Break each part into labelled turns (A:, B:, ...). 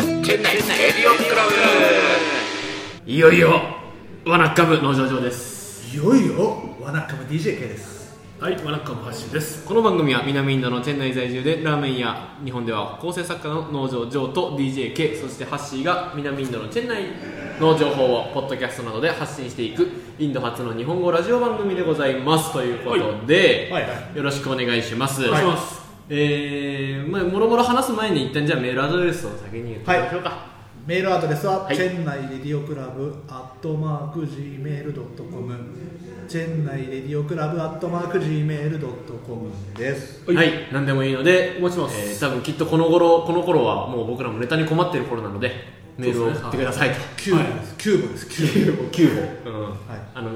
A: エディオンクラブいよいよワナッカムの上場です
B: いよいよワナッカム DJK です
C: はい、ワナッカム発信です。
A: この番組は南インドのチェン内在住でラーメン屋日本では構成作家の農場ジョーと DJK そしてハッシーが南インドのチェン内の情報をポッドキャストなどで発信していくインド初の日本語ラジオ番組でございますということで、
B: はいはいは
A: よろしくお願いします、
C: お願いします
A: えーまあ、もろもろ話す前に一旦じゃあメールアドレスを先に言ってみましょうか、
B: メールアドレスは、
A: はい
B: チェンナイレディオクラブアットマーク Gmail.com チェンナイレディオクラブアットマーク Gmail.com です
A: はい、何でもいいので、もちろん、えー多分きっとこの頃、この頃はもう僕らもネタに困ってる頃なので、メールを送ってくださいと。
B: キューブです、キューブですキュー
A: 9号、うん
B: い
A: あの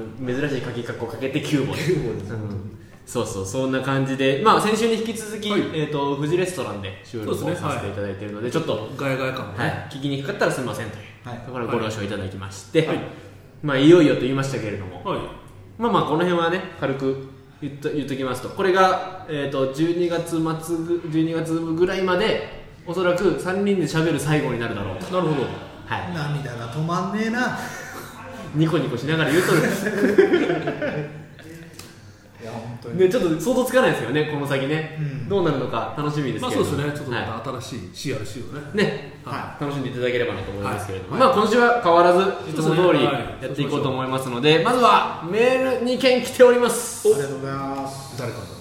A: 珍しい書きかっこかけて9号
B: 9号です
A: うんそうそうそんな感じで、まあ、先週に引き続き、
C: はい
A: えー、とフジレストランで収録を
C: そうですね
A: させていただいているのでちょっと、
C: ガヤガヤ感もね。
A: はい、聞きにくかったらすみませんという、
B: はい
A: ところご了承いただきまして、
C: はい
A: いまあ、いよいよと言いましたけれども、
C: はい。
A: まあまあこの辺はね軽く言っと言っときますとこれが、えー、と12月末ぐ12月ぐらいまでおそらく3人で喋る最後になるだろうと
C: なるほど。
A: はい
B: 涙が止まんねえな
A: ニコニコしながら言うとるん です
B: いや本当に
A: でちょっと想像つかないですよねこの先ね、
B: うん
A: どうなるのか楽しみです
C: まあ
A: け
C: そう
A: れ
C: で
A: ど
C: すね。ちょ
A: も
C: っと
A: はい
C: また新しい CRC をね。
A: ね、
C: は
A: 楽しんでいただければなと思いますけれども、
C: はい
A: まあ今週は変わらずいつも通り
C: はい
A: やっていこうと思いますので、まずはメール2件来ております
B: ありがとうございます
C: 誰からだろ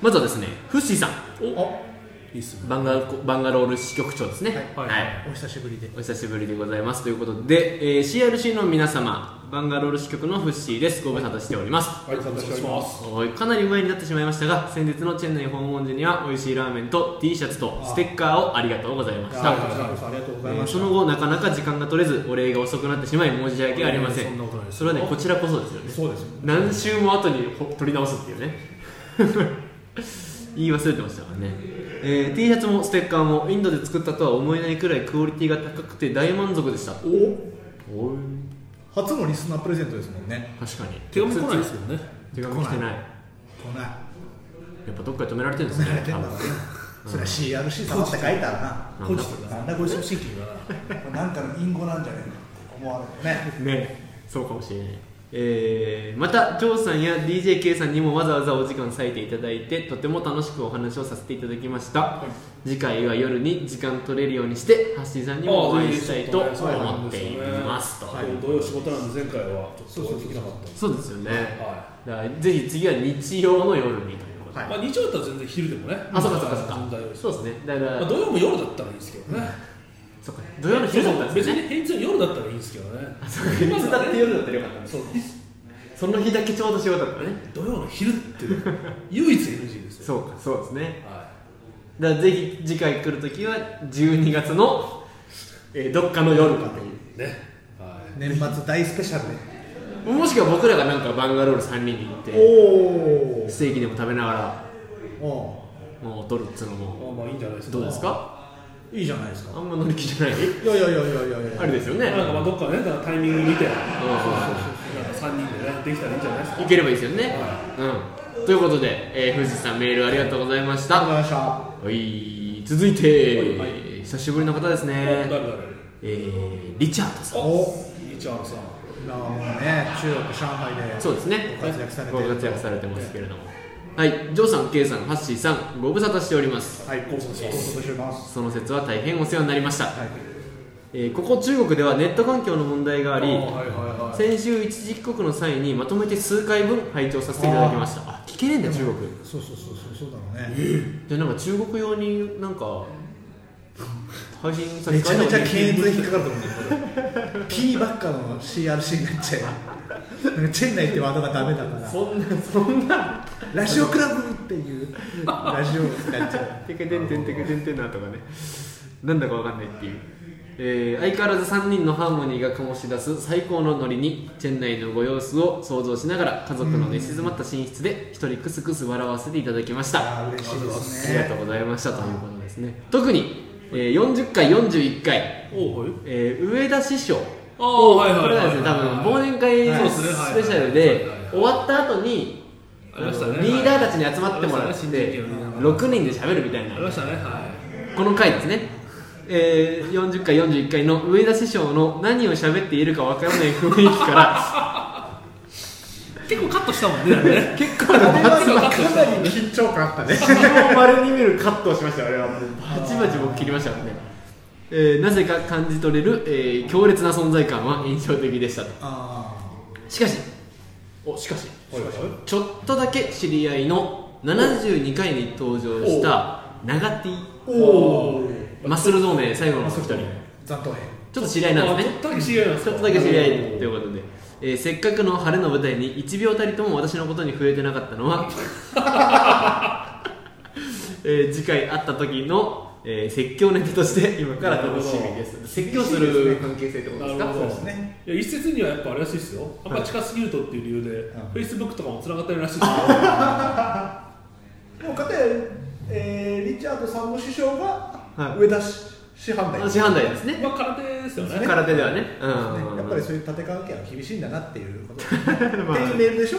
A: まずはですねフッシーさん
C: う。おいいっすね。
A: バンガバンガロール支局長ですね
C: はい
A: はい
B: お久しぶりで
A: お久しぶりでございますということで、えー CRC の皆様バンガロール支局のフッシーですご無沙汰しております
B: はい、楽しみます
A: おいかなり前になってしまいましたが先日のチェン内訪問時には美味しいラーメンと T シャツとステッカーをありがとうございまし
B: いや
A: た
B: こちらこそありがとうございまし
A: そ
B: た
A: の後なかなか時間が取れずお礼が遅くなってしまい申し訳ありませ
C: いや
A: ん
C: いやそんなことないです
A: それはねこちらこそですよね
B: そうです
A: 何週も後にほ取り直すっていうね 言い忘れてましたからね、えー T シャツもステッカーもインドで作ったとは思えないくらいクオリティが高くて大満足でした
B: お
A: おい
B: 初のリスナープレゼントですもんね
A: 確かに
C: 手紙来ないですもんね。
A: 手紙来てない
B: 来ない
A: やっぱどっかで止められてるんです
B: 慣れ
A: ね
B: てんだろうねそれは CRC 様って書いたら
A: ポ
B: なポ
A: ジ
B: ジ
A: テ
B: テ
A: ィ
B: ィブだなんだこいつのシンキングだなこれなんかの隠語なんじゃねえかって思われるね
A: ねそうかもしれないえーまたジョーさんや DJK さんにもわざわざお時間割いていただいてとても楽しくお話をさせていただきました、次回は夜に時間取れるようにしてハッシーさんにもお会いしたいと思っていますと
D: 土曜仕事なんで前回はちょっとお会いできなかったんで
A: そうですよね、
D: は
A: だからぜひ次は日曜の夜にということで、
B: はい
D: まあ日曜だったら全然昼でもね
A: あそうかそうかそうか
D: 問題です
A: そうですねだから、
D: まあ土曜も夜だったらいいですけどね
A: そうか土曜の昼だったんです
D: 別
A: ね
D: に平日の夜だったらいいんですけ どね
A: そうかいつだって夜だったらよかったんです
D: そう
A: その日だけちょうど仕事だったね
D: 土曜の昼っていうのは唯一 NG ですよ
A: そうかそうですね
D: は
A: だからぜひ次回来るときは12月の、えーどっかの夜かとい
D: いねはい
B: 年末大スペシャルで
A: うもしくは僕らがなんかバンガロール3人に行って
B: お
A: ステーキでも食べながら
B: おお
A: もう撮るっつうのも
D: まあまあいいんじゃないですか
A: どうですか
B: ういいじゃないですか
A: あんま乗り気じゃない
B: いやいやいやいやいやいや
A: あれですよね
D: なんかまあどっかねだからタイミング見てなんか
A: うん
D: 3人でねできたらいいんじゃないですか
A: 行ければいいですよね、うんということで、えー、富士山メールありがとうございまし
B: あり
A: た
B: がとうございました
A: はい続いて、
D: は
A: 久しぶりの方です
D: 誰
A: ね、
D: 誰
A: えー、リチャードさん
D: おいいちゃんさん
B: 今はもうね中国上海で
A: そうですね
B: ご活躍されて
A: ご活躍されてますけれどもはいジョーさん、ケイさん、ハッシーさんご無沙汰しております
B: はいご無沙汰してます
A: その説は大変お世話になりました、
B: はい
A: えーここ中国ではネット環境の問題があり
D: はいはいはい
A: 先週一時帰国の際にまとめて数回分拝聴させていただきましたあ聞けねえんだよ中国
B: そうそうそうそうそうだろうね
A: でなんか中国用になんか配信さ
B: め
A: れ
B: ち
A: た
B: ゃ
A: の
B: め
A: に
B: ちゃ検閲で引っかかると思うんだけ ど P ばっかの CRC になっちゃうなんかチェンナイってワードがダメだから
A: そんなそんな
B: ラジオクラブっていうラジオになっちゃ
A: テケテンテンテケテンテンなとかねなんだかわかんないっていう、えー相変わらず3人のハーモニーが醸し出す最高のノリにチェン内のご様子を想像しながら家族の寝静まった寝室で一人クスクス笑わせていただきました
B: う。嬉しいです
A: ありがと
B: ね。
A: うございましたということですね特に、えー40回41回、
D: おおはい
A: えー上田師匠
D: ああはいはい
A: これは
D: は
A: で
D: い
A: すね
D: は
A: 多
D: い
A: 分忘年会
B: はい
A: スペシャルで終わった後に
D: ありましたね
A: あのリーダーたちに集まってもら
D: あり
A: っ
D: ましたね
A: て
D: 新人のリーダー
A: 6人で喋るみたい
D: ありま
A: な
D: したねはい
A: この回ですねえー、40回41回の上田師匠の何を喋っているかわからない雰囲気 か
D: 結構カットしたもんねあれね
A: ら結構な
B: はかなり緊張感あったね
A: を丸に見るカットをしましたあれはもうバチバチ僕切りましたもんね、えーなぜか感じ取れる、えー強烈な存在感は印象的でしたと
B: あ
A: しかしおしかし
D: はいはい
A: ちょっとだけ知り合いの72回に登場した長 T
B: ーおお
A: マッスル同盟最後の2人ち
B: 残党
A: ょ
B: 兵
A: っと知り合いなんですね
D: ちょっとだけ知り合いなんです
A: ち
D: か
A: ょっとだけ知り合いということで、えーせっかくの晴れの舞台に1秒たりとも私のことに触れてなかったのは、えー次回会った時の、えー説教ネタとして今から楽しみです説教する関係性ってことですか
D: なるほ
A: そう
D: ど
A: ですね
D: いや一説にはやっぱあれらしいですよあんま近すぎるとっていう理由で、
B: はい
D: フェイスブックとかもつながってるらしいですよ
B: でもかたや、えー、リチャードさんの師匠が
A: はい
B: 上田し師範代
A: 私判断ですね
D: まあ空手ですよね
A: 空手ではねうん
B: ねやっぱりそういう縦関係は厳しいんだなっていうことって
A: まあ
B: いうメールでしょ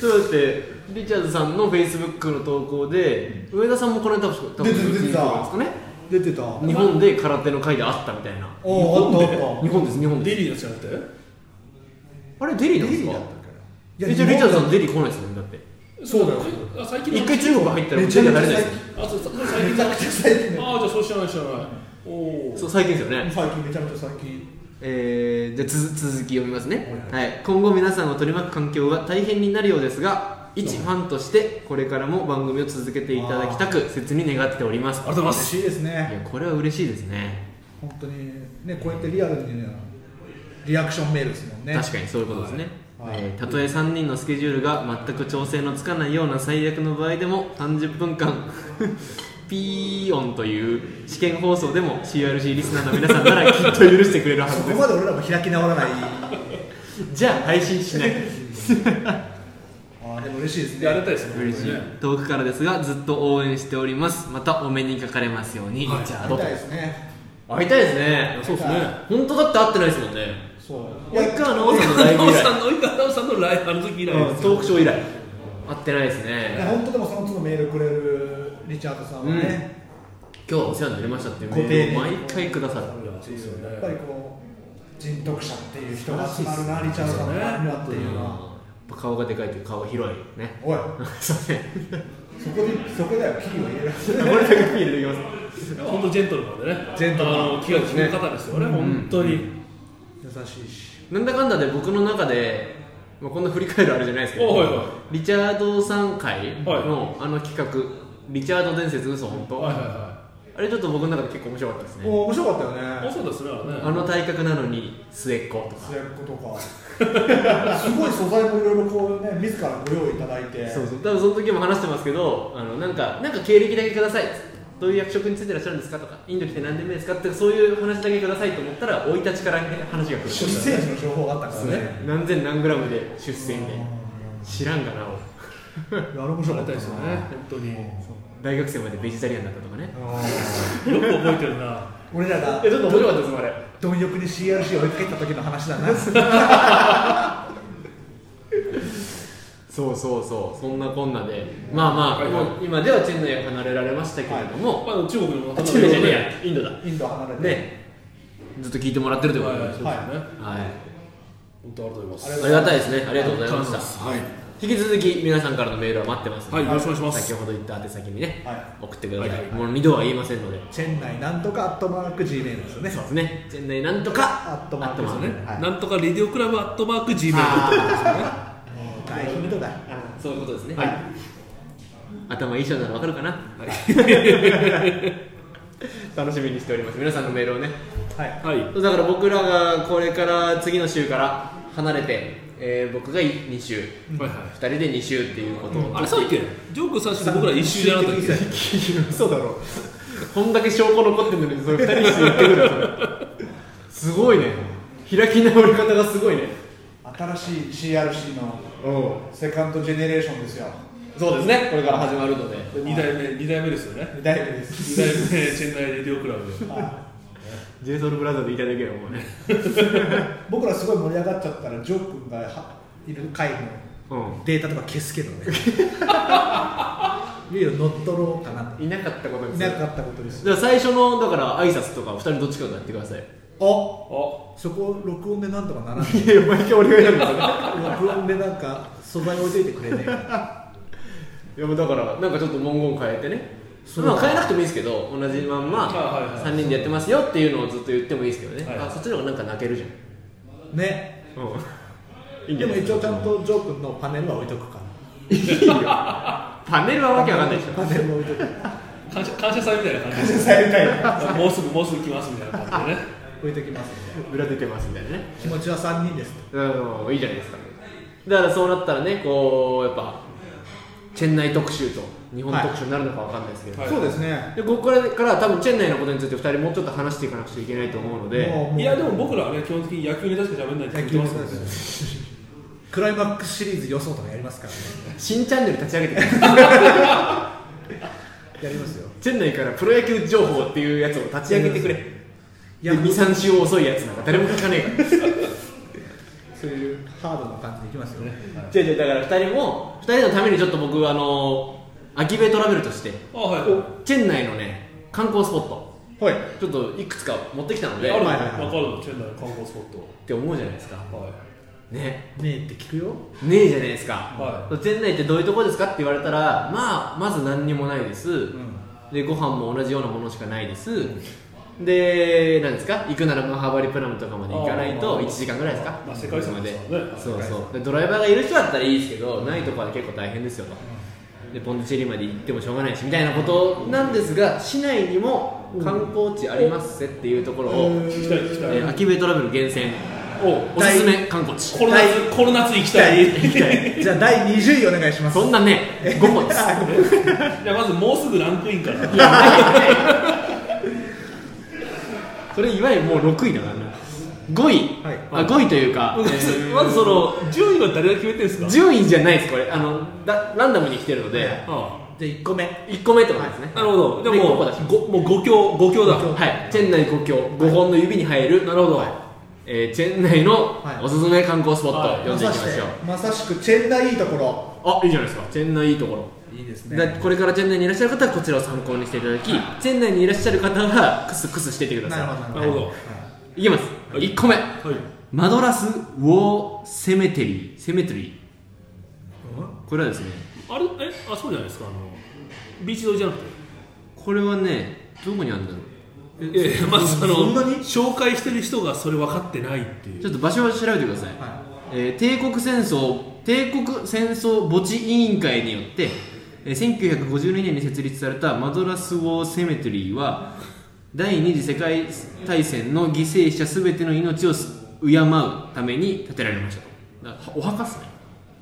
A: そうだってリチャードさんのフェイスブックの投稿で上田さんもこの間多分多分
B: 出てた出てた
A: ですかね
B: 出てたお
A: 日本で空手の会で会ったみたいな
B: おあったあっ
A: 日本です日本
D: デ
A: です
D: リーのじゃなくて
A: あれデリー
B: た
A: なんですか
B: だったか
A: え
B: ら
A: じゃあリチャードさんデリー来ないですよねだって
B: そうだよ
D: あ最近の
A: 一回中国入ったら
B: め
A: め
B: ち
A: ち
B: ゃ
A: ゃ
B: め
A: め
B: ち
A: ち
B: ゃ
A: ゃ
B: 最近
D: あそうそう最近だ
B: めちゃくちゃ最近
D: ああじゃあそう知らない知らないおお
A: そう最近ですよね
B: 最近めちゃめちゃ最近
A: えー、じゃあつづ続き読みますね、はい、今後皆さんを取り巻く環境が大変になるようですが一ファンとしてこれからも番組を続けていただきたく切に願っております
D: ありがとうございま
B: 嬉
D: す
B: しいですね
A: いやこれは嬉しいですね
B: 本当にねこうやってリアルにねリアクションメールですもんね
A: 確かにそういうことですね、
B: はい
A: えーたとえ3人のスケジュールが全く調整のつかないような最悪の場合でも30分間 ピー音という試験放送でも CRC リスナーの皆さんならきっと許してくれるは
B: そ
A: ず
B: こ
A: で
B: まで俺らも開き直らない
A: すじゃあ配信しない
B: あーでも嬉しいですね
D: やりたいですね
A: 嬉しい遠くからですがずっと応援しておりますまたお目にかかれますように、リチャー
B: やり
A: ド
B: たいですね
A: 会いたいですね
D: そうですね
A: 本当だって会ってないですもんね
B: そう
A: 及川直さんのライブ
D: 奈
A: 以
D: 緒
A: 来
D: さんの及川奈緒さんのライブあの時以来です
A: トークショー以来会ってないですね
B: 本当でもその都度メールくれるリチャードさんはね、
A: 今日はお世話になりましたっていうメ
B: ご丁寧
A: ー
B: に
A: ルを毎回くださる
D: そうですよね
B: やっぱりこう人徳者っていう人が集まるな、リチャードさんの周りにはっていうのは、
A: うん顔がでかいという顔広い ね
B: おい
A: そうね
B: そこでそこだよキーを入れられ
A: これだけピー入れてきます
D: 本当ジェントルマンでね
B: ジェントルマン
D: あの気が利く方ですよね本当に
B: 優しいし
A: なんだかんだで僕の中で、まあ、こんな振り返るあれじゃないですけど、
D: おいおい
A: リチャードさん会
D: はい
A: のあの企画、リチャード伝説嘘本当、
D: はいはいは
A: あれちょっと僕の中で結構面白かったですね
B: お面白かったよ
D: いあ
B: ね
D: そうですねあれね
A: あの体格なのに末っ子とか
B: 末っ子とかすごい素材もいろいろこうね自らご用意いただいて
A: そうそう多分その時も話してますけどあのなんかなんか経歴だけくださいっつってどういう役職についてらっしゃるんですかとかインド来て何年目ですかってそういう話だけくださいと思ったら生い立ちから話が来る
B: 出生時の情報があったからね
A: 何千何グラムで出世で知らんがな俺
B: うんあれ面白
D: あり
B: かったた
D: いですよね本当に
A: 大学生までベジタリアンだったとかね
B: うん
D: よく覚えてるな
B: 俺らが
A: えちょっと面白かったですあれ
B: 貪欲に CRC を追いかけた時の話だ な
A: そうそうそうそんなこんなでまあまあ、
D: はいはい
A: もう今ではチェンナイを離れられましたけれども、
D: まあ中国の
A: あ
D: 方
A: チェンナイじゃねえやインドだ
B: インド離れて、
A: ねずっと聞いてもらってるということ
D: はい
A: で、
D: は
A: はいい
D: そうですよね本当ありがとうございます
A: ありがたいですねありがとうございました
C: はい
A: 引き続き皆さんからのメールは待ってますの
D: はい
A: で、
D: よろしくお願いします
A: 先ほど言った宛先にね、
B: は
A: 送ってください、
D: はいはい
A: もう二度は言いませんので
B: チェン内なんとかアットマーク Gmail ですよね
A: そうですねチェンナイなんとか
B: アットマーク
A: アットマーク
B: ですよね
D: なんとかレディオクラブアットマーク Gmail
B: もう大ヒントだ
A: そういうことですね、頭いい人ならわかるかな、 楽しみにしております皆さんのメールをね
B: はい
D: はい
A: だから僕らがこれから次の週から離れて、えー僕が2週
D: はいはい
A: 2人で2週っていうことを、
D: あれそうだっけジョークさんして僕ら一周じゃなかったっけ
B: 嘘だろ
A: こんだけ証拠残ってるのにそれ2人して言ってくるそれすごいね開き直り方がすごいね
B: 新しい CRC の
A: うん
B: セカンドジェネレーションですよ
A: そうですねこれから始まるので
D: 二代目二代目ですよね
B: 大丈夫です
D: 二代目チェンナイレディオクラブ
B: はい
A: ジェイソウルブラザーでいただければもうね
B: 僕らすごい盛り上がっちゃったらジョー君がはいる回の
A: うん
B: データとか消すけどねいよいよ乗っ取ろうかなと
A: いなかったことに
B: い
A: す
B: な
A: る
B: かったことです
A: じゃあ最初のだから挨拶とか二人どっちかがやってください
B: お
D: あ
B: そこ録音でなんとかならない
A: いや毎回俺がやるんだから
B: 録音でなんか素材置いといてくれねえかない
A: やもうだからなんかちょっと文言変えてね
B: そう
A: まあ変えなくてもいいですけど同じまんま
D: あはいはい
A: 3人でやってますよっていうのをずっと言ってもいいですけどね、
D: はいはい
A: あそっちの方がなんか泣けるじゃん
B: ね
A: うんいいんじ
B: で
A: ゃな
B: も
A: い
B: 一応ちゃんとジョー君のパネルは置いとくか
A: いいよ パネルは
B: ら
A: わけわかんないでしょ
B: パネルは置いとく
D: 感謝感謝祭みたいな感じで
B: されたい
D: もうすぐもうすぐ来ますみたいな感じでね
B: 置いときますね
A: 裏出てますみたいなね
B: 気持ちは3人です
A: うんいいじゃないですかだからそうなったらねこうやっぱチェンナイ特集と日本特集になるのかわかんないですけど、
D: はい
B: そうですね
A: でここからから多分チェンナイのことについて2人もうちょっと話していかなくちゃいけないと思うので
B: もうも う
D: いやでも僕らはね基本的に野球に確か喋んないって言
B: 野
D: っ
B: 球
D: て
B: の
D: ます
B: 話
D: もん
B: で
D: ね
B: すねクライマックスシリーズ予想とかやりますからね
A: 新チャンネル立ち上げてください
B: やりますよ
A: チェンナイからプロ野球情報っていうやつを立ち上げてくれ
B: いやもう
A: 23週遅いやつなんか誰も聞かねえか
B: そういうハードな感じでいきますよね
A: ら違う違うだから2人も2人のためにちょっと僕あの秋ベイトラベルとして
D: あはい
A: チェンナイのね観光スポット
B: はい
A: ちょっといくつか持ってきたの
D: ある
A: で
D: の
A: っ
B: はいはいはい
D: わかるのチェンダーの観光スポット
A: て思うじゃないですか
D: はい
A: ね
B: ねえって聞くよ
A: ねえじゃないですか、
D: は
A: 店内ってどういうとこですかって言われたらまあまず何にもないです、
B: ん
A: でご飯も同じようなものしかないです、で何ですか行くならマハバリプラムとかまで行かない
D: あ
A: と
D: ー
A: 1時間ぐらいですか、
D: まあ世界遺産
A: で
D: ですからね
A: そうそうでドライバーがいる人だったらいいですけどないとこは結構大変ですよと、でポンディチェリーまで行ってもしょうがないしみたいなことなんですが市内にも観光地ありますせっていうところを、
B: うん
D: 聞きたい聞きたい、
A: えー秋部トラベル厳選おすすめ観光地
D: コロナコロナつ行きたい
B: じゃあ第20位お願いします
A: そんなね5個です
D: じゃあまずもうすぐランクイン から
A: それいわゆるもう6位だからな5位、
B: はい
A: あ5位というか、
D: まずまずその順位は誰が決めてるんですか
A: 順位じゃないですこれあのだランダムに来てるので、
B: はい
D: あ
B: じゃあ1個目
A: 1個目ってことですね、
D: あなるほどで
A: で
D: も
A: ここだし
D: ごもう五強五強だ
B: 五強
A: はいチェンナイ国境5本の指に入る、なるほど、えーチェンナイの
B: はい
A: おすすめ観光スポット、
D: はい
A: 読んでいきましょう、
B: まさしくチェンダいいところ
A: あいいじゃないですかチェンナイいいところ
B: いいです
A: だこれからチェンナイにいらっしゃる方はこちらを参考にしていただき、チェンナイにいらっしゃる方はクスクスしていってください
B: なるほど
D: なるほど
B: はい
A: いきます、1個目
D: はい
A: マドラス・ウォー・セメテリーセメテリーこれはですね
D: あれえあそうじゃないですかあのビーチ沿いじゃなくて
A: これはねどこにあるんだろう
D: いやいやまずあの
B: そんなに
D: 紹介してる人がそれ分かってないってい
A: ちょ
D: う
A: っと場所は調べてください、
B: は
A: えー帝国戦争帝国戦争墓地委員会によって、えー1952年に設立されたマドラス・ウォー・セメテリーは第二次世界大戦の犠牲者全ての命を敬うために建てられましたとだからお墓っすね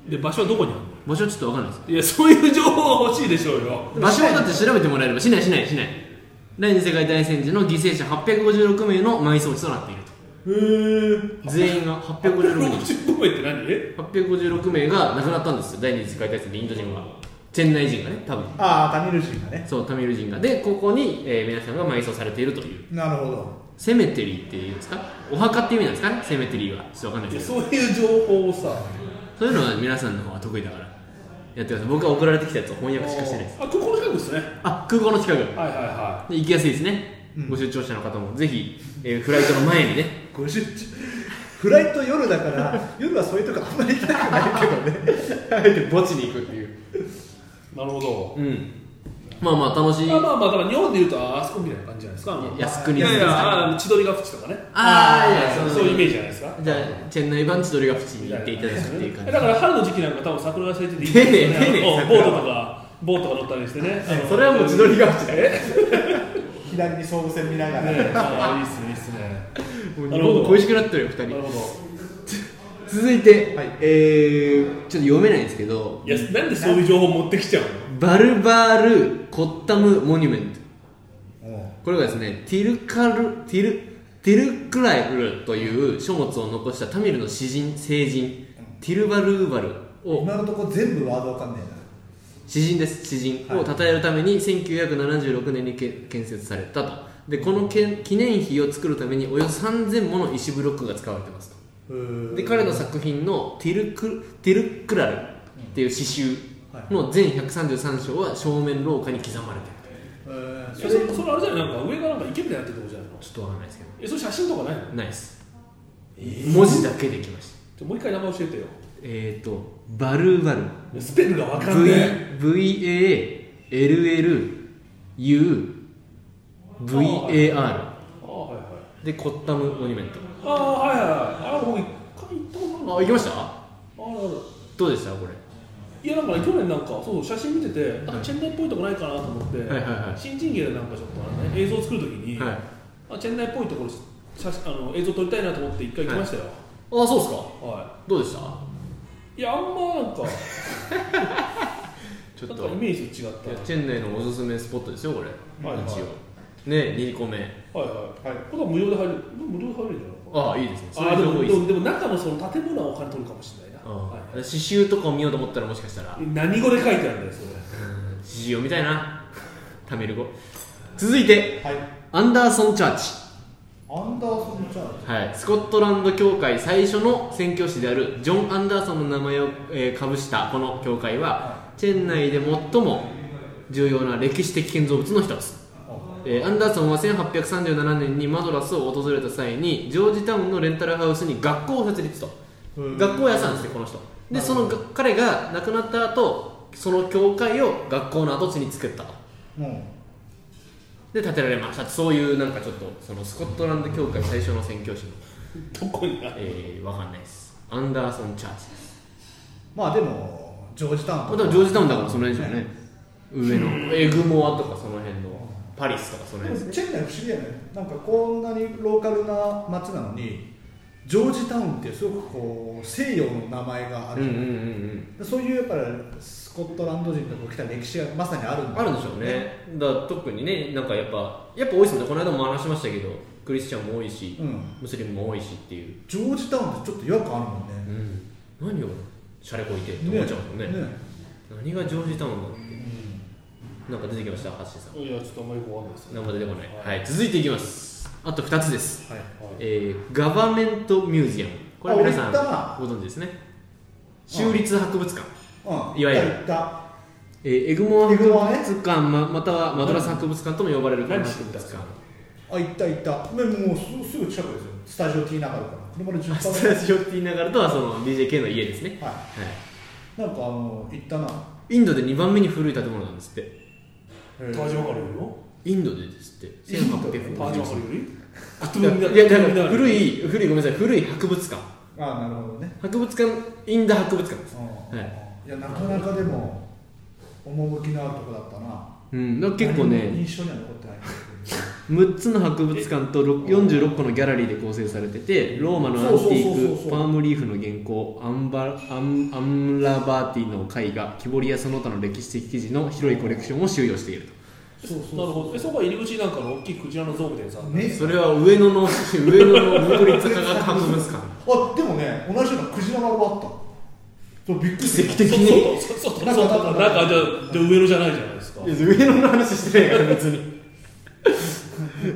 D: で場所はどこにあるの
A: 場所はちょっとわかんないで
D: い
A: す
D: やそういう情報は欲しいでしょうよ
A: 場所をだって調べてもらえればしないしないしない第二次世界大戦時の犠牲者856名の埋葬地となっていると全員が856人
D: 65名って何え
A: 856名が亡くなったんですよ第二次世界大戦でインド人はチェンナイ人がね多分
B: ああタミル人がね
A: そうタミル人がでここに、えー皆さんが埋葬されているという
B: なるほど
A: セメテリーっていうんですかお墓っていう意味なんですかねセメテリーはちょっとわかんない
D: い
A: で
D: や
A: すけど
D: そういう情報をさ
A: そういうのは皆さんの方が得意だからやってください僕が送られてきたやつを翻訳しかしてないです
D: あここの近くですね
A: あ空港の近く
D: はいはいは
A: で行きやすいですね、
B: うん
A: ご出張者の方もぜひ、えーフライトの前にね
B: 50フライト夜だ から夜はそういうとこあんまり行きたくないけどね
A: あえて墓地に行くってい
D: い
A: う
D: なるほど
A: うんまあまあ楽しい
D: まあまあまあだから日本でいうとあそこみたいな感じじゃないですかあの
A: 靖国
D: いやい
A: ですか
D: やあ千鳥ヶ淵とかね
A: あーいやいや
D: そういうイメージじゃないですか
A: じゃあチェンナイバンチドリガフチに行っていただくっていう感じ
D: だから春の時期なんか多分桜が咲いてていいですよね
A: 丁寧丁寧
D: あのボートとかボートとか乗ったりしてねあの
A: それはもう千鳥ヶ淵だ
D: え
B: 左に総武線見ながら、
D: ねあーいいっすねいいっすね
A: もう
D: な
A: 日
D: るほ
A: 本
D: ど
A: が恋しくなってるよ2
D: なる
A: 人
D: ほど
A: 続いて、
B: はい
A: えー、ちょっと読めないんですけど
D: いやなんでそういう情報持ってきちゃうの
A: バルバール・コッタム・モニュメント
B: うん
A: これがですねティルカルティルティルクライルという書物を残したタミルの詩人聖人ティルバルーバルを
B: 今のとこ全部ワードわかんねえ
A: 詩人です詩人
B: はい
A: を称えるために1976年にけ建設されたとでこのけ記念碑を作るためにおよそ3000もの石ブロックが使われてますと
B: な
A: で彼の
B: さ
A: 作品のティルク「ティルクラル」っていう詩集
B: はい
A: の全133章は正面廊下に刻まれてる
B: えー
D: そ
B: そ
D: れ
B: れ
D: それあれじゃないなんか上がなんか池みたいになってるとこじゃないの
A: ちょっとわかんないですけど
D: えそれ写真とかないの
A: ナイス、文字だけできました
D: ちょもう一回名前教えてよ
A: えっ、ー、とバルーバル
D: スペルがわかんね
A: VALLUVAR
D: えああはいはい
A: でコッタムモニュメント
D: ああはいはいああもう一回行ったことない
A: あ行きました
D: ああなるほど
A: どうでしたこれ
D: いやなんかね去年なんかそうそう写真見ててなんかチェンダイっぽいとこないかなと思って、
A: はいはいはい
D: 新人芸でなんかちょっとあの、ね、映像を作るときに、
A: はい
D: あチェンダイっぽいところ写あの映像撮りたいなと思って一回行きましたよ、
A: あそうですか
D: は
A: どうでした
D: い、いやあんまなんか
A: ちょっ
D: なんかイ
A: と
D: メージと違ったはい
A: チェン内のおすすめスポットですよこれ、
D: はいはい
A: 一応ね2個目
D: はいはいこれは無料で入る無料で入るんじゃないのか
A: ああいいですね
D: あーで
A: 情報
D: も
A: い
D: で
A: いですね
D: もでも中のその建物はお金取るかもしれないな、
A: うん
D: はい
A: 刺繍とかを見ようと思ったらもしかしたら
D: 何語で書いてあるんだよそれ
A: 刺繍を見たいなタメル語続いて
B: はい
A: アンダーソン・チャーチ
B: アンダーソン・チャー
A: はい、スコットランド教会最初の宣教師であるジョン・アンダーソンの名前を、えーかぶしたこの教会はチェン内で最も重要な歴史的建造物の一つ、えーアンダーソンは1837年にマドラスを訪れた際にジョージタウンのレンタルハウスに学校を設立と
B: うん
A: 学校をやってたんですねこの人でそのが彼が亡くなった後その教会を学校の跡地に作ったと
B: チうん
A: で建てられましたそういうなんかちょっとそのスコットランド教会最初の宣教師の
D: どこにある
A: えー、わかんないです。アンダーソン・チャーチです。
B: まあでもジョージタウン
A: ま
B: と
A: あ、で
B: か
A: もジョージタウンだからその辺ですよね。上の、エグモアとかその辺の、パリスとかその
B: で
A: 辺
B: も
A: です。
B: チェン内不思議やねなんかこんなにローカルな街なのにジョージタウンってすごくこう西洋の名前があ
A: うん
B: る、
A: うんうんうん。
B: でそういうやっぱりスコットランド人がこう来た歴史がまさにあるんだ
A: あるんでしょうね。だから特にね、なんかやっぱ、やっぱ多いですね。この間も話しましたけど、クリスチャンも多いし、
B: うん
A: ムスリムも多いしっていう。
B: ジョージタウンってちょっと違和感あるもんね
A: うん。何を、シャレこいてって思っちゃうもんね。何がジョージタウンだって。なんか出てきました、ハッシーさん。
D: いやちょっとあんまりよくわかんないですね
A: 何も出てこない。はい、続いていきます。あと2つです。
B: はい
A: えー、ガバメントミュージアムこれは皆さん
B: あ俺行ったな
A: ご存知ですね州立博物館、
B: うん、
A: いわゆる
B: 行った
A: えーエグモア博物
B: エ
A: 館ままたはマドラス博物館とも呼ばれるこの
D: 何
A: 博物館
B: 行ったあ行った行ったでもうすすぐ近くですよスタジオ T ながらから車で10分
A: ス
B: ぐら
A: タジオって言いながらとはその DJK の家ですね、
B: いは
A: はい、
B: なんかあの行ったない
A: インドで2番目に古い建物なんですって
B: へえ
D: タージマハルよりも
A: インドでですって
B: インドで
A: 1800
D: タージマハルよりクトゥミナ
A: いやだから
D: い
A: 古い古いごめんなさい古い博物館
B: ああなるほどね
A: 博物館インダ博物館です
B: うん
A: はい
B: いやなかなかでも趣のあるとこだったな
A: うん、だから結構
B: 何も
A: ね
B: 印象には残ってないんです
A: 6つの博物館と6 46個のギャラリーで構成されててローマのアンティ
B: そうそうそう
A: ー
B: そ
A: ク
B: う
A: パームリーフの原稿アンバアンアンラバーティの絵画木彫りやその他の歴史的記事の広いコレクションを収容している
B: けどそう
D: なるほどえそこは入り口なんかの大きいクジラの像みたいなさ
B: ね
A: とそれは上野の上野の武取坂が博物館
B: あでもね同じようなクジラがあったそうびっくり
A: 奇跡
B: した
A: 的に
D: そうそうそうそうそうそうなんかじゃあじゃあ上野じゃないじゃないですか
A: 上野の話してないから別に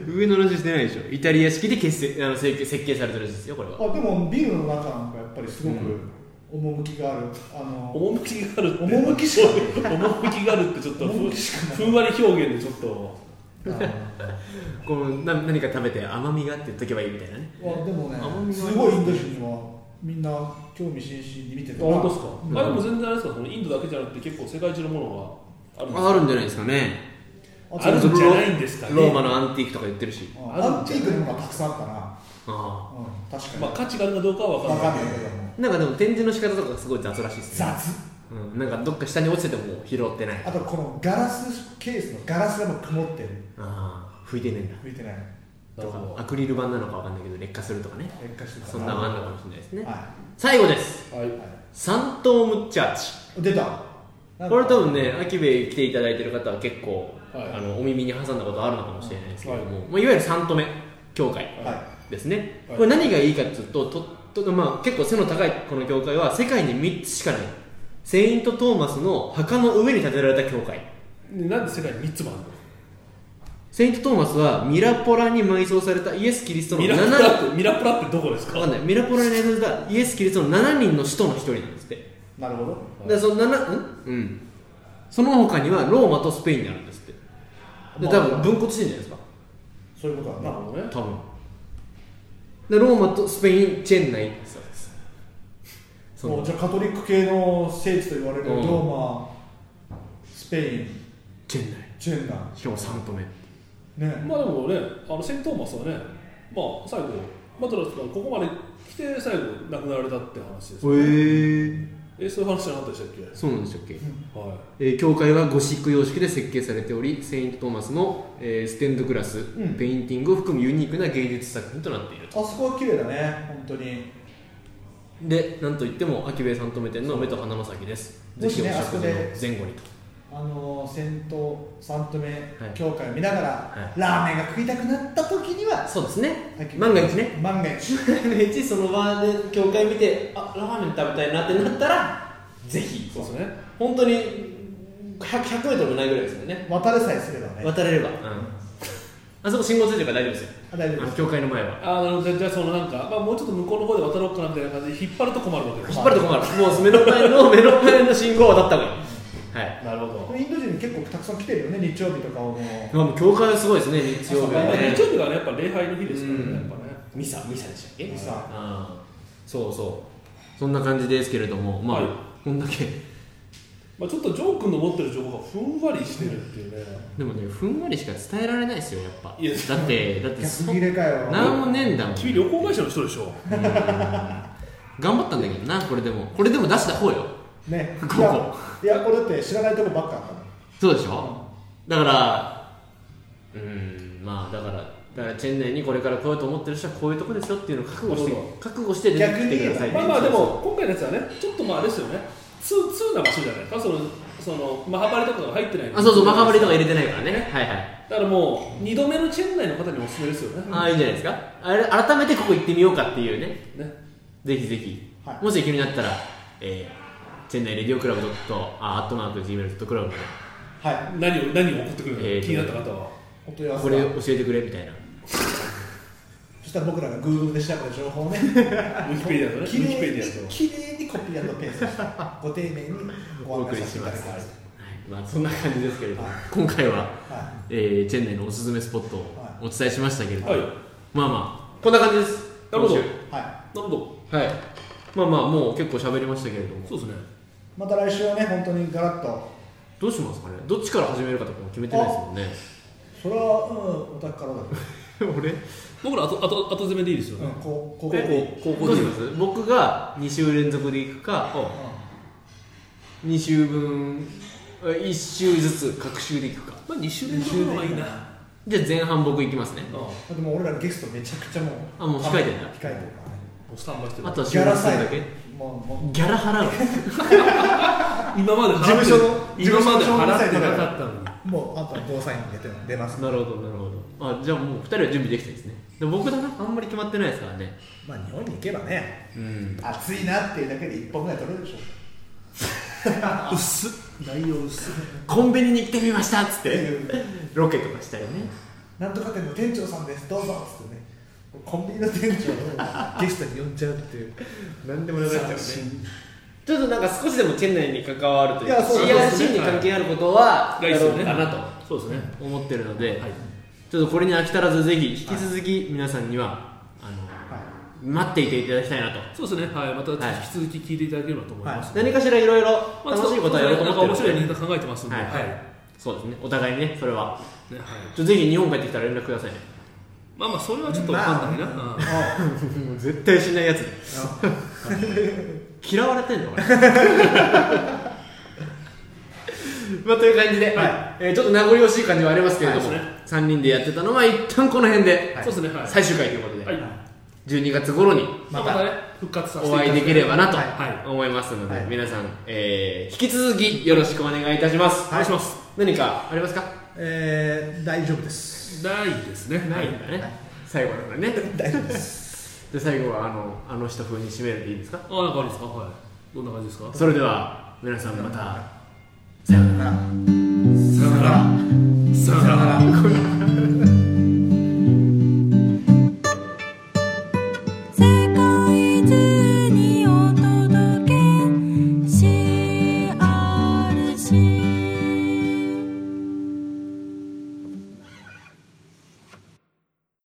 A: 上野の話してないでしょイタリア式で結成あの設計設計されてるんですよこれは
B: あでもビルの中なんかやっぱりすごく趣がある、あの
D: 趣があるって
B: 趣しかない
D: 趣があるってちょっとふ
B: 趣しかない
D: ふんわり表現でちょっと
A: このな何か食べて甘みがあって言っとけばいいみたいなね
B: あでも
A: 甘み
B: ね
A: がある
B: すごいインド人はみんな興味津々に見てたな
D: ですかあでも全然あれですかそのインドだけじゃなくて結構世界中のものがあるんですか
A: あるんじゃないですかね
B: あ
D: あるんじゃないんですかね
A: ローマのアンティークとか言ってるし
B: うんアンティークのものがたくさんあったな、
A: あ
B: うん、確かに、
D: まあ価値があるかどうかは分か
B: わ
D: んな
B: か
D: い
B: んないけども
A: あなんかでも展示の仕方とかすごい雑らしいですね、
B: 雑
A: うん、なんかどっか下に落ちてても拾ってない
B: あとこのガラスケースのガラスがもう曇ってる
A: ああ拭いてねえんだ
B: 浮いてない
D: なる
A: と
D: ほ
A: かアクリル板なのかわかんないけど劣化するとかね
B: 劣化してた
A: そんなのあんのかもしれないですね、
B: は
A: 最後です
D: どはい
B: い、は
A: サントームチャーチ
B: い、出た
A: これ多分ねアキベ来ていただいてる方は結構、
D: はい
A: あのお耳に挟んだことあるのかもしれないですけども、いまあ、いわゆるサントメ教会
B: は
A: ですね、
D: はい
A: これ何がいいかっていうととと、まあ、結構背の高いこの教会は世界に3つしかないセイント・トーマスの墓の上に建てられた教会
D: でなんで世界に3つもあるの
A: セイント・トーマスはミラポラに埋葬されたイエス・キリストの
D: ミラ
A: 7
D: プ
A: 人
D: ラってミラプラってどこですか
A: わかんないミラポラに埋葬されたイエス・キリストの7人の使徒の1人なんですって
B: なるほど
A: でその7んうんその他にはローマとスペインにあるんですってで多分分骨してんじゃないですか
B: そういうことだ
D: なる
B: な
D: ほどね
A: 多分でローマとスペインチェンナイそうですそ
B: もう
A: の
B: じゃあカトリック系の聖地と言われる
A: う
B: ロ
A: ん
B: ーマスペイン
A: チェンナイ
B: チェンナ
A: しかも3度目
B: ね
D: まあでもねあのセントーマスはねまあ最後マトラスがここまで来て最後亡くなられたって話ですよね
A: え
D: えそういう話じゃなかったでしたっ
A: そうなんでしたっけ
D: けはい
A: えー教会はゴシック様式で設計されておりセイント・トーマスの、えーステンドグラス、
B: うん
A: ペインティングを含むユニークな芸術作品となっている
B: あそこは綺麗だね本当に
A: でなんといっても秋部三留店の目と鼻の先ですぜ
B: も
A: ひ
B: し
A: お
B: ね
A: 食事の
B: あそこ
A: 前後にと
B: あの戦闘三都目
A: はい
B: 教会を見ながら、
A: は
B: ラーメンが食いたくなった時には
A: そうですね
B: はい
A: 万が一ね
B: 万が一
A: 万が 一その場で教会見てあラーメン食べたいなってなったらぜひ
D: そうですね
A: 本当に 100, 100メートルもないぐらいですよね
B: 渡れさえすればね
A: 渡れれば、あそこ信号ついてるから大丈夫ですよ
B: あ大丈夫
A: あ
B: で
A: の
B: す
A: 教会の前は
D: あのじゃあじゃあそのなんか、まあ、もうちょっと向こうの方で渡ろうかなみたいな感じで引っ張ると困るわけです
A: 引っ張ると困るもう目の前の目の前の信号を渡った方がいいはい
D: なるほど
B: インド人結構たくさん来てるよね日曜日とかをもう
A: あもう教会はすごいですね日曜日は
D: まあ
A: ね
D: 日曜日がねやっぱ礼拝の日ですから
A: うん
D: ねやっぱね
A: ミサミサでしたっけ
B: ミサ
A: あーそうそうそんな感じですけれどもまあ、
D: はい
A: こんだけ
D: まあ、ちょっとジョー君の持ってる情報がふんわりしてるっていうね
A: でもねふんわりしか伝えられないですよやっぱ
D: いや
A: だってだって
B: 逆
A: そ
B: 切れかよ
A: 何もねえんだもん
D: 君旅行会社の人でしょ
A: うん頑張ったんだけどなこれでもこれでも出した方よ
B: ね
A: ここ
B: いやいやこれだって知らないとこばっかあったの
A: そうでしょだからうーんまあだからだからチェン内にこれから来ようと思ってる人はこういうとこですよっていうのを覚悟して
D: なるほ
A: 覚悟して出てきてくださいね
D: まあまあでも今回のやつはねちょっとまああれですよねツーツーな場所じゃないですかそのそのマハバリとかが入ってない
A: あそうそうマカバリとか入
D: れ
A: れてないからねはいはい
D: だからもう2度目のチェン内の方におすすめですよね
A: ああいいんじゃないですかあれ改めてここ行ってみようかっていうね
D: ね
A: ぜひぜひ、
B: はい
A: もし気になったら、えー、チェン内レディオクラブドットあアットマーク Gmail.club まで
B: はい
D: 何を何を送ってくれるのか、
A: えーと
D: 気になった方は
B: お問い合わせ
A: これ教えてくれみたいな
B: そしたら僕らが Google で調べた情報をね
D: ウィキペディアとねウ
B: 綺
D: ィキペデ
B: 麗に
D: ィアと
B: 綺麗にコピーペーストしてご丁寧に
A: お
B: ご案
A: 送
B: 内
A: り
B: さ
A: し
B: せてい
A: ま
B: ただ
A: す
B: きます
A: はいまあそんな感じですけれども
B: はい
A: 今回は、
B: は
A: えー、チェン内のおすすめスポットをお伝えしましたけれども、
D: はい
A: まあまあこんな感じです
D: なるほど
A: 今
B: い、はい、
D: なるほど
A: 週はいまあまあもう結構喋りましたけれども
D: そうですね
B: また来週はね本当にガラッと
A: どうしますかねどっちから始めるかとかも決めてないですもんね
B: それはうんお宅からだけ ど、
A: 俺
D: 僕ら後後後攻めでいいですよ
B: うん
D: ね、、
B: こうこうこう
A: 高校どうします僕が2週連続で行くか2週分1週ずつ各週で行くか
D: まあ2週連続の方がいいな
B: 二
A: じゃあ前半僕行きますね
D: うんも
B: でも俺らゲストめちゃくちゃもう
A: あもう控えてんだ
B: 控えてるからね
D: うスタンバイしてる
A: あとは
B: ギ
A: 週
B: ャ
A: 末
B: ラさ
A: するだけ
B: えもうも
A: ギャラ払う
D: 今 まで払って
B: 事務所の
D: 今まで
B: 事務所の
D: 払ってなかったのに
B: うもうあとはゴーサイン出て出ます
A: なるほどなるほどあじゃあもう2人は準備できてるんですねで僕だなあんまり決まってないですからね
B: まあ日本に行けばね
A: うん
B: 暑いなっていうだけで一本ぐらい取れるでし ょ
D: 薄っ内容 薄っ
A: コンビニに行ってみましたっつっ
B: って
A: て
B: いう
A: ロケとかしたりね
B: なんとか店の店長さんですどうぞっつってねコンビニの店長をゲストに呼んじゃうっていう
A: 何でもなくなっちゃうね ちょっとなんか少しでもチェン内に関わるという
B: いやそうそうそう
A: CRC に関係あることは
D: がいい
A: や
D: です
A: ろ
D: よ
A: う
D: ね
A: かなと
D: そうですね
A: 思ってるので、
D: はい
A: ちょっとこれに飽き足らずぜひ引き続き皆さんには、あの
B: は
A: 待っていていただきたいなと
D: そうですね、はい、また引き続き聞いていただければと思います。
A: 何かしらいろいろ
D: まあ
A: 楽しいことはやろうと思
D: な
A: ってる
D: ん
A: の
D: か
A: で、
D: 面白いネタ考えてますんで、
A: は
D: はいい、
A: そうですねお互いにねそれは
D: ねはい
A: ちょぜひ日本帰ってきたら連絡くださいね
D: まあまあ、それはちょっとわかんないな。うん
A: 絶対しないやつ嫌われてんの 俺まあという感じで、えーちょっと名残惜しい感じはありますけれども、
D: はい
A: 3人でやってたのは一旦この辺で、
D: そうですね、はい。
A: 最終回ということで、
D: はい
A: 12月頃に
D: また ね、復活させて
A: お会いできればなと
D: はい
A: 思いますので、
B: はい
A: 皆さん、えー引き続きよろしくお願いいたします、
B: はいお願いします
A: 何かありますか
B: えー、大丈夫です
D: ないですね。
A: ないんだね、最後だからね
B: 大丈夫です
A: で最後はあのあの人風に締めるでいいですか
D: あ、なんかあるんですかはい。どんな感じですか
A: それでは皆さんまたさようなら
B: さよなら
D: さよなら